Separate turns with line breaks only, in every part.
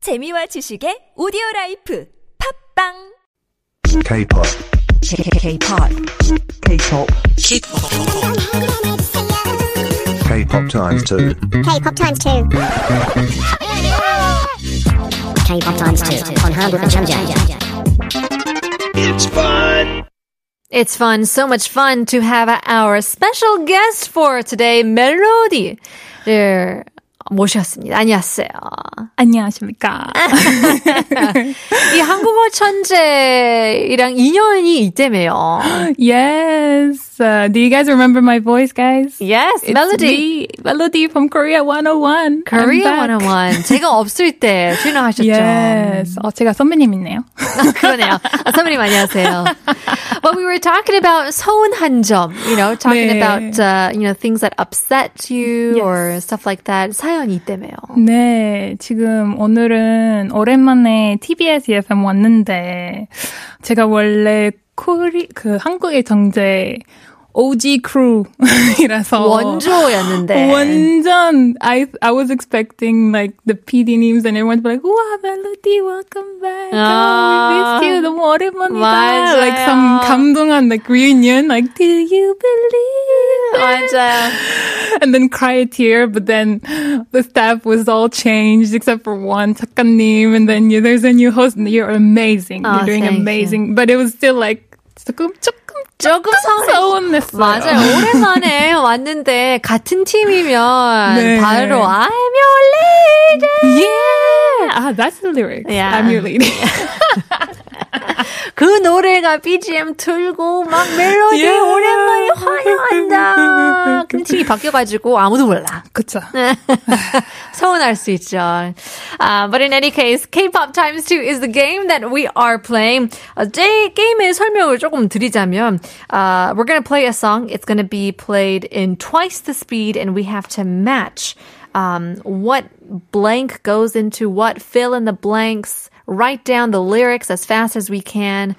재미와 지식의 오디오 라이프 팝빵
K-pop,
K-pop, K-pop,
K-pop times two.
K-pop times two. K-pop times two on Hard Rock and Jam Jam.
It's fun, so much fun to have our special guest for today, Melody를 모셨습니다. 안녕하세요.
안녕하십니까.
아. 이 한국어 천재랑 인연이 있다며요.
yes. Uh, do you guys remember my voice, guys?
Yes,
It's me,
Melody.
Melody from Korea 101. I'm back.
네. Korea 101. 제가 없을 때 출연하셨죠.
Yes. 어, 제가 선배님 있네요.
그러네요. 아, 선배님 안녕하세요. But we were talking about 서운한 점, you know, talking
네.
about, uh, you know, things that upset you
Yes.
or stuff like that. 사연이 있다며요.
네, 지금 오늘은 오랜만에 TBS EFM E 왔는데 제가 원래 코리 그 한국의 정제 OG 크루이라서
원조였는데.
완전 I I was expecting like the PD names and everyone's like wow Melody welcome back
아.
oh, we missed you 너무 오랜만이다
맞아요.
like some 감동한 like reunion like do you believe it?
맞아요.
and then cry a tear, but then the staff was all changed except for one 작가님, and then you, there's a new host, and you're amazing.
Oh,
you're doing
thank you.
amazing. But it was still like, 조금, 조금,
조금 서운해.
서운했어요.
맞아요. 오랜만에 왔는데 같은 팀이면
네.
바로 I'm your lady.
Yeah! Ah, that's the lyrics.
Yeah.
I'm your lady.
그 노래가 BGM 틀고 막 멜로디
Yeah.
오랜만에 환영한다. 근데 팀이 바뀌어가지고 아무도 몰라.
그쵸.
서운할 수 있죠. Uh, but in any case, K-pop Times 2 is the game that we are playing. Uh, 제 게임의 설명을 조금 드리자면, uh, we're gonna play a song. It's gonna be played in twice the speed, and we have to match um, what blank goes into what. Fill in the blanks. Write down the lyrics as fast as we can.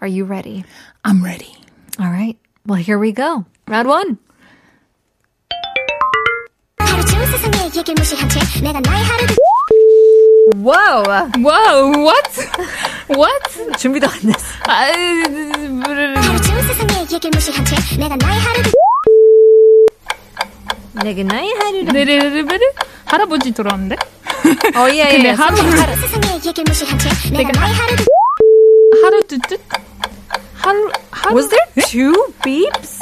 Are you ready?
I'm ready.
All right. Well, here we go. Round one.
하루 종일 세상의 얘기를 무시한 채 내가 나의 하루를
Whoa!
Whoa, what? what?
준비도 안 됐어.
하루 종일 세상의 얘기를 무시한 채 내가 나의 하루를
내게 나의 하루를
네네네네. 할아버지 들어왔는데?
어, 예, 예.
근데 하루를,
하루 세상의 얘기를 무시한 채 내가
내가
나의 하루를
하루 뚜뚜? 하루, 하루.
Was there 네? two beeps?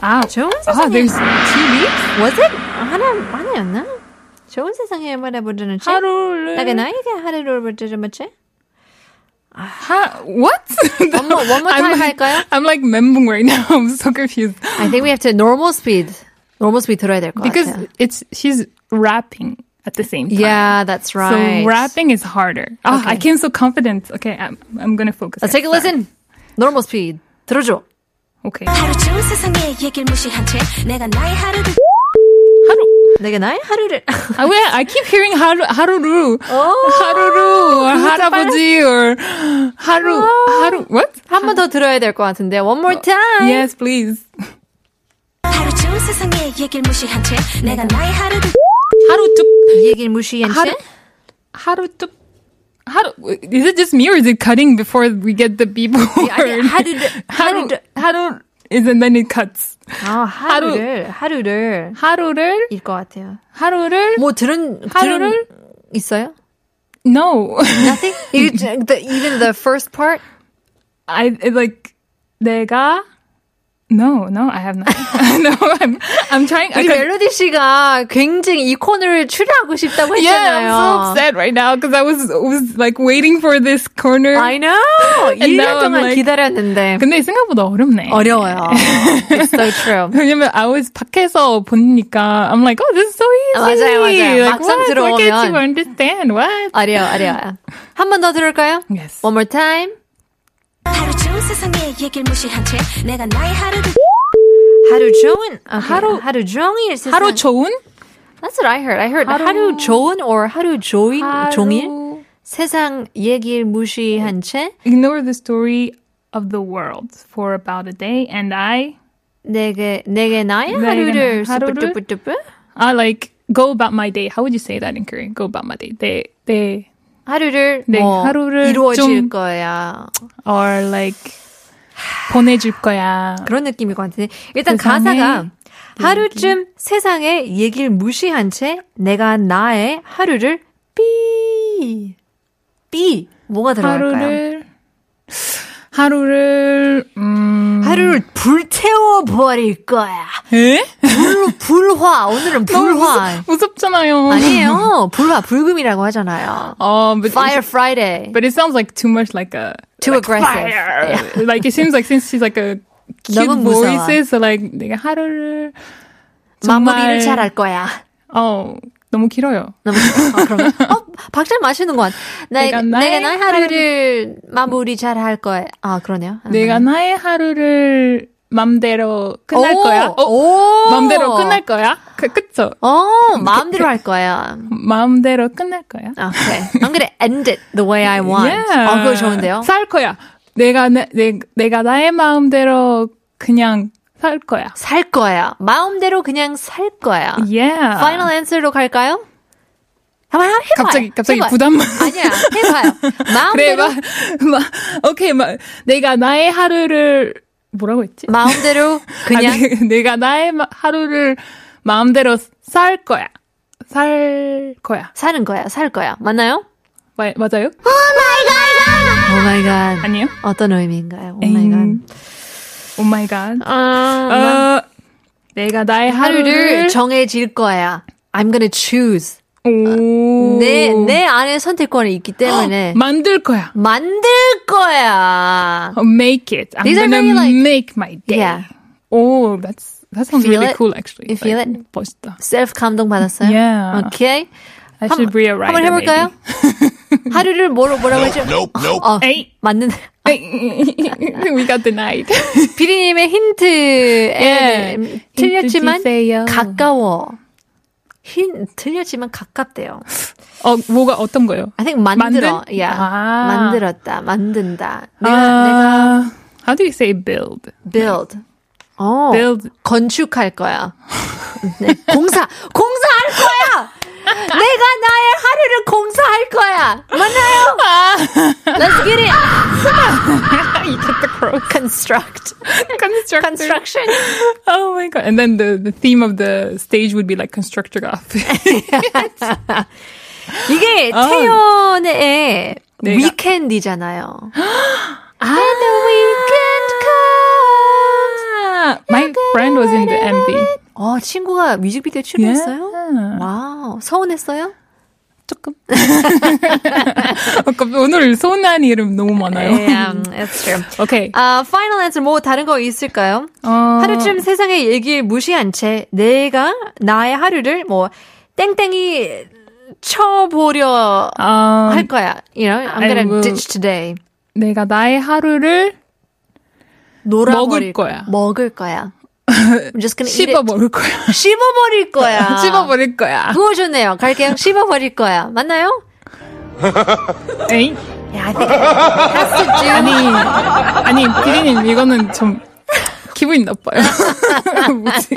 아,
좋은
아,
세상에.
there's two weeks?
Was it? 하나, 하나였나? 좋은 세상에 말해 부르는 채?
하루를.
내가 나에게 하루를 부르는 채?
Ha- what?
One more- one more time
I'm like,
할까요?
I'm like 멘붕 right now. I'm so confused.
I think we have to normal speed. Normal speed 들어야 될 것
Because
같아요.
it's she's rapping at the same time.
Yeah, that's
So
right.
rapping is harder. Ah, I
Okay.
came so confident. Okay, I'm, I'm gonna focus.
Let's
here.
take a listen. Normal speed. 들어줘.
Okay.
하루 종일 세상의 얘기를 무시한 채 내가 나의 하루를
Haru.
내게 나의 하루를.
Ah, wait, I keep hearing haru, haruru. Haruru or harabuji or haru. Haru. What?
한 번 더 들어야 될 것 같은데. One more time.
Yes, please.
하루 종일 세상의 얘기를 무시한 채 내가 나의 하루를
Haru tuk.
이 얘기를 무시한 채?
하루- Haru tuk. Haru. Is it just me or is it cutting before we get the B word?
아니, 하루를.
하루
하루를.
하루 is and then it cuts.
아, 하루를. 하루를.
하루를
일 것 같아요.
하루를
뭐 들은
하루를?
들은 있어요?
no.
Nothing. You, the, even the first part.
I it like 내가 no no I have not. no I'm I'm trying. I
우리
could,
멜로디 씨가 굉장히 이 코너를 추려하고 싶다고
yeah, I'm
했잖아요.
so upset right now because I was was like waiting for this corner.
I know.
And
1년
now I'm
동안
like-
기다렸는데
근데 생각보다 어렵네.
어려워요. It's so true.
왜냐면 I was 밖에서 보니까 I'm like oh this is so easy.
맞아요, 맞아요.
Like,
막상
what? Why can't
들어오면.
you understand what?
어려워, 어려워요. 한 번 더 들을까요?
Yes.
One more time.
하루 종일 세상의 얘기를 무시한 채 내가 나의 하루를
하루 종일 아, 하루 하루 종일 세상.
하루 좋은
That's what I heard. I heard 하루,
하루-
좋은 or 하루 조인 종일
하루-
세상 얘기를 무시한 채
Ignore the story of the world for about a day, and I,
내게 네, 내게 나의
내게
하루를
나- 하루를
뚜뿌뚜뿌뚜뿌.
I like go about my day. How would you say that in Korean? Go about my day. They, they,
하루를
네,
뭐
하루를 좀-
이루어질 거야.
or like 보내줄 거야.
그런 느낌일 것 같은데 일단
세상에
가사가 하루쯤 세상의 얘기를 무시한 채 내가 나의 하루를 삐. 삐. 뭐가 들어갈까요? 하루를,
하루를 하루를 음
불태워 버릴 거야.
에?
불, 불화. 오늘은
너무
불화.
무섭- 무섭잖아요.
아니에요. 불화 불금이라고 하잖아요.
어, but
Fire Friday.
but it sounds like too much like a
Too aggressive.
fire. like it seems like since she's like a cute
너무 무서워.
voice, so like 내가 하루를 정말-
마무리를 잘 할 거야.
어 너무 길어요.
너무 좋아. 어, 그러면 어 박자를 마시는 것 같아. 나, 내가
내가
나의,
나의
하루를 마무리 잘 할 거야. 아 그러네요. 아,
내가
맞네.
나의 하루를 맘대로 끝날
오,
거야. 어,
오.
맘대로 끝날 거야. 그, 그쵸?
어 마음대로 할 거야.
마음대로 끝날 거야.
아, 그래. I'm gonna end it the way I want. 어 그거 좋은데요.
살 거야. 내가 내, 내, 내가 나의 마음대로 그냥 살 거야.
살 거야. 마음대로 그냥 살 거야.
Yeah.
Final answer로 갈까요? 한번 해봐요.
갑자기 갑자기
해봐요.
부담만.
아니야 해봐요.
그래
마음대로
막, 막 오케이 막 내가 나의 하루를 뭐라고 했지?
마음대로 그냥
아니, 내가 나의 마- 하루를 마음대로 살 거야. 살 거야.
사는 거야. 살 거야. 맞나요?
마- 맞아요?
오 마이 갓.
아니요.
어떤 의미인가요? 오
음.
마이 갓.
오 마이 갓.
아,
Oh 어, 내가 나의
Oh 하루를
하루를
정해질 거야. I'm gonna choose.
오.
내, 내 안에 선택권이 있기 때문에
만들 거야.
만들 거야.
I'll Oh, make it. I'm
These are
gonna
very, like-
make my day.
Yeah.
Oh, that's that sounds
Feel
really
it?
cool actually.
You feel it?
멋있다.
셀프 감동 받았어요?
Yeah.
오케이.
I should be a writer.
한번 해볼까요? 하루를 뭐로 뭐라고 했죠? 어,
maybe.
맞는데.
에이. we got denied.
비리님의 힌트에 네,
예.
틀렸지만
힌트 주세요.
가까워. 힌, 틀렸지만 가깝대요.
어 뭐가 어떤 거요?
I think 만들어.
만든?
야.
아.
만들었다. 만든다. 내가 내가
아, Uh, how do you say build?
build. 어.
build.
건축할 거야. 네. 공사. 공사할 거야. 내가 나의 하루를 공사할 거야. 맞나요? Let's get it.
아. you get the crow.
Construct.
Constructor.
Construction.
Oh my god. And then the, the theme of the stage would be like constructor off.
이게
어.
태연의
내가-
위켄드잖아요. And the weekend comes.
my friend was in the MV.
어, 친구가 뮤직비디오 출연했어요?
예.
와우. 서운했어요?
조금. 아까 Oh, 오늘 소난 이름 너무 많아요.
네, um, that's true.
오케이.
아, final answer 뭐 다른 거 있을까요?
어,
하루쯤 세상의 얘기를 무시한 채 내가 나의 하루를 뭐 땡땡이 쳐보려
어,
할 거야. You know, I'm
I
gonna
will-
ditch today.
내가 나의 하루를
놀아버릴
먹을 거야.
먹을 거야. I'm just gonna eat
씹어
it.
먹을 거야.
씹어버릴 거야.
씹어 버릴 거야.
그거 좋네요. 갈게요. 씹어버릴 거야. 맞나요?
에이?
Yeah, I think it has to do.
아니, 아니, 피디님, 이거는 좀 기분이 나빠요. 뭐지?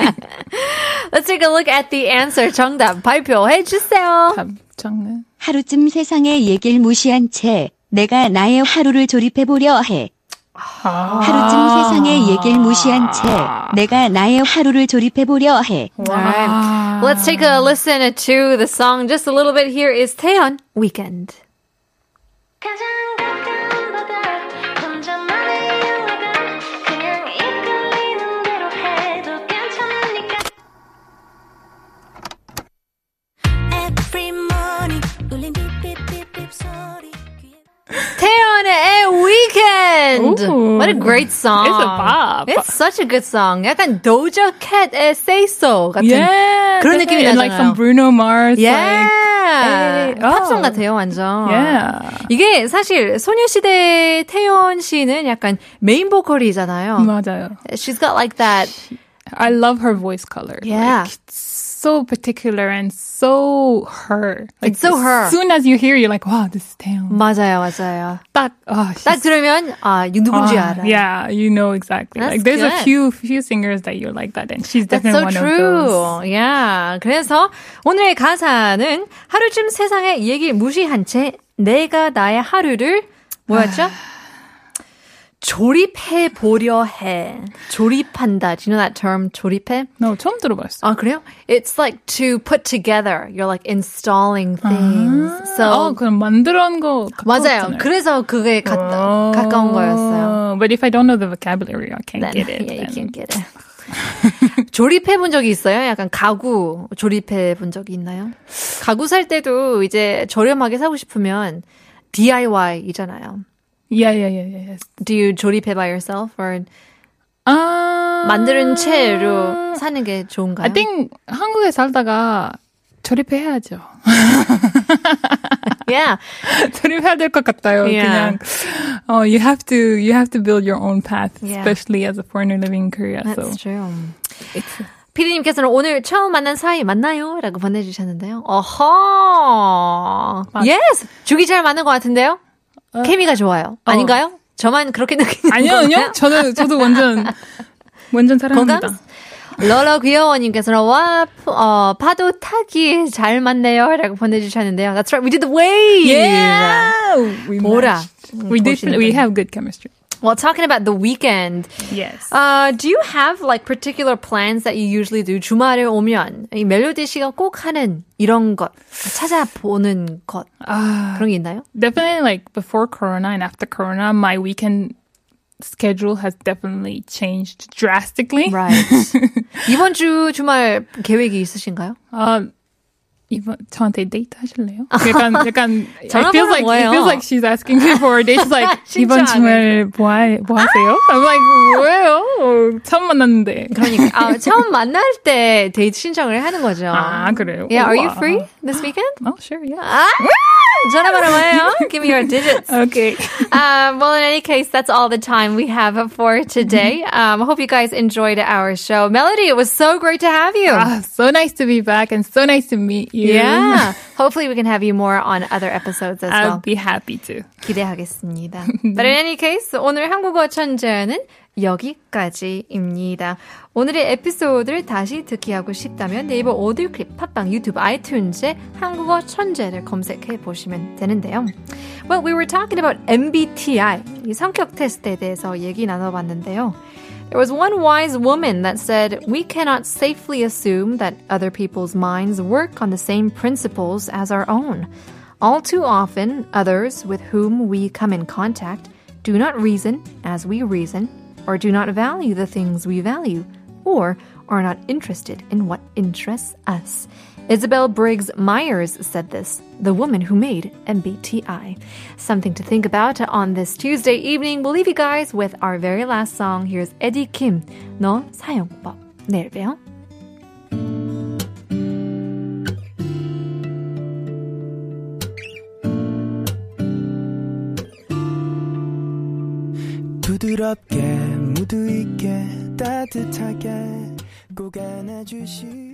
Let's take a look at the answer. 정답 발표해 주세요.
답장은.
하루쯤 세상의 얘기를 무시한 채 내가 나의 하루를 조립해 보려 해. 하루쯤
아.
세상의 얘기를 무시한 채 내가 나의 하루를 조립해 보려 해.
All right. Let's take a listen to the song just a little bit. Here is Taeyeon Weekend.
가장 가까운 바다 혼자만의 영화관 그냥 이끌리는 대로 해도 괜찮으니까
Every morning 울린 삐삐삐삐 소리 귀에
Taeyeon의 Weekend.
Ooh.
What a great song.
It's a bop.
It's such a good song. 약간 Doja Cat의 Say So 같은.
Yeah.
그런
definitely.
느낌이
And like
나잖아요.
from Bruno Mars.
Yeah.
에이,
팝송
어.
같아요, 완전.
Like, yeah.
이게 사실 소녀시대 태연 씨는 약간 메인 보컬이잖아요.
맞아요.
She's got like that.
I love her voice color.
Yeah.
Like, it's so particular and so her. Like,
It's so her.
As soon as you hear, you're like, wow, this is Taeyeon.
맞아요, 맞아요.
딱, oh, she's
딱 들으면 아, 이거 누군지
Ah,
알아.
Yeah, you know exactly.
That's
like there's
good.
a few few singers that you're like that, and she's
That's
definitely
so
one
true.
of those.
Yeah. 그래서 오늘의 가사는 하루쯤 세상의 얘기 무시한 채 내가 나의 하루를 뭐였죠? 조립해 보려 해. 조립한다. Do you know that term? 조립해?
No, 처음 들어봤어.
아 그래요? It's like to put together. You're like installing things. so
아. 어, 그럼 만들어온 거
맞아요.
가까웠잖아요.
그래서 그게 가, 가까운 거였어요.
어, But if I don't know the vocabulary, I can't
then,
get it.
Yeah, you
then.
can't get it. 조립해 본 적이 있어요? 약간 가구 조립해 본 적이 있나요? 가구 살 때도 이제 저렴하게 사고 싶으면 DIY이잖아요.
Yeah, yeah, yeah, yeah. yes.
Do you 조립해 by yourself or
아,
만드는 채로 사는 게 좋은가요?
I think 한국에 살다가 조립해야죠.
yeah.
조립해야 될 것 같아요.
Yeah.
그냥 어, you have to you have to build your own path,
Yeah.
especially as a foreigner living in Korea. so
That's true. 피디님께서는 오늘 처음 만난 사이 맞나요? 라고 보내주셨는데요. 어허! Yes! 죽이 잘 맞는 것 같은데요? 케미가 좋아요. 아닌가요? 저만 그렇게 느끼는
어. 아니요,
건가요?
아니요. 저도 저도 완전 완전
건강?
사랑합니다.
러러 귀여워님께서는 와 어, 파도 타기 잘 맞네요라고 보내주셨는데요. That's right, we did the wave.
we
보라.
matched. We did. We have good chemistry.
Well, talking about the weekend,
Yes.
uh, do you have like particular plans that you usually do? 주말에 오면 이 멜로디 씨가 꼭 하는 이런 것 찾아보는 것 그런 게 있나요?
definitely like before corona and after corona my weekend schedule has definitely changed drastically
Right. 이번 주 주말 계획이 있으신가요?
uh, 이번 저한테 데이트 하실래요? 약간 약간
전화번호
it feels like it
뭐예요?
feels like she's asking me for a date. She's like
진짜
이번
안
주말 뭐, 하, 뭐 하세요? I'm like 왜요? 처음 만났는데.
그러니까 아, 처음 만날 때 데이트 신청을 하는 거죠.
아 그래요?
Yeah, are you
우와.
free this weekend?
Oh sure, yeah.
Ah! 전화번호 뭐예요? Give me your digits.
Okay.
Um, well, in any case, that's all the time we have for today.
Mm-hmm.
Um, I hope you guys enjoyed our show. Melody, it was so great to have you.
Ah, so nice to be back and so nice to meet you.
yeah. Hopefully, we can have you more on other episodes as
I'll
well.
be 네. happy to.
기대하겠습니다. But in any case, 오늘 한국어 천재는 여기까지입니다. 오늘의 에피소드를 다시 듣기하고 싶다면 네이버 오디오 클립, 팟빵, 유튜브, 아이튠즈에 한국어 천재를 검색해 보시면 되는데요. Well, we were talking about MBTI, 이 성격 테스트에 대해서 얘기 나눠봤는데요. There was one wise woman that said, We cannot safely assume that other people's minds work on the same principles as our own. All too often, others with whom we come in contact do not reason as we reason, or do not value the things we value, or are not interested in what interests us. Isabel Briggs Myers said this, the woman who made MBTI. Something to think about on this Tuesday evening. We'll leave you guys with our very last song. Here's Eddie Kim, 너 사용법. 내일 봬요.
부드럽게 무드 있게 따뜻하게 꼭 안아주시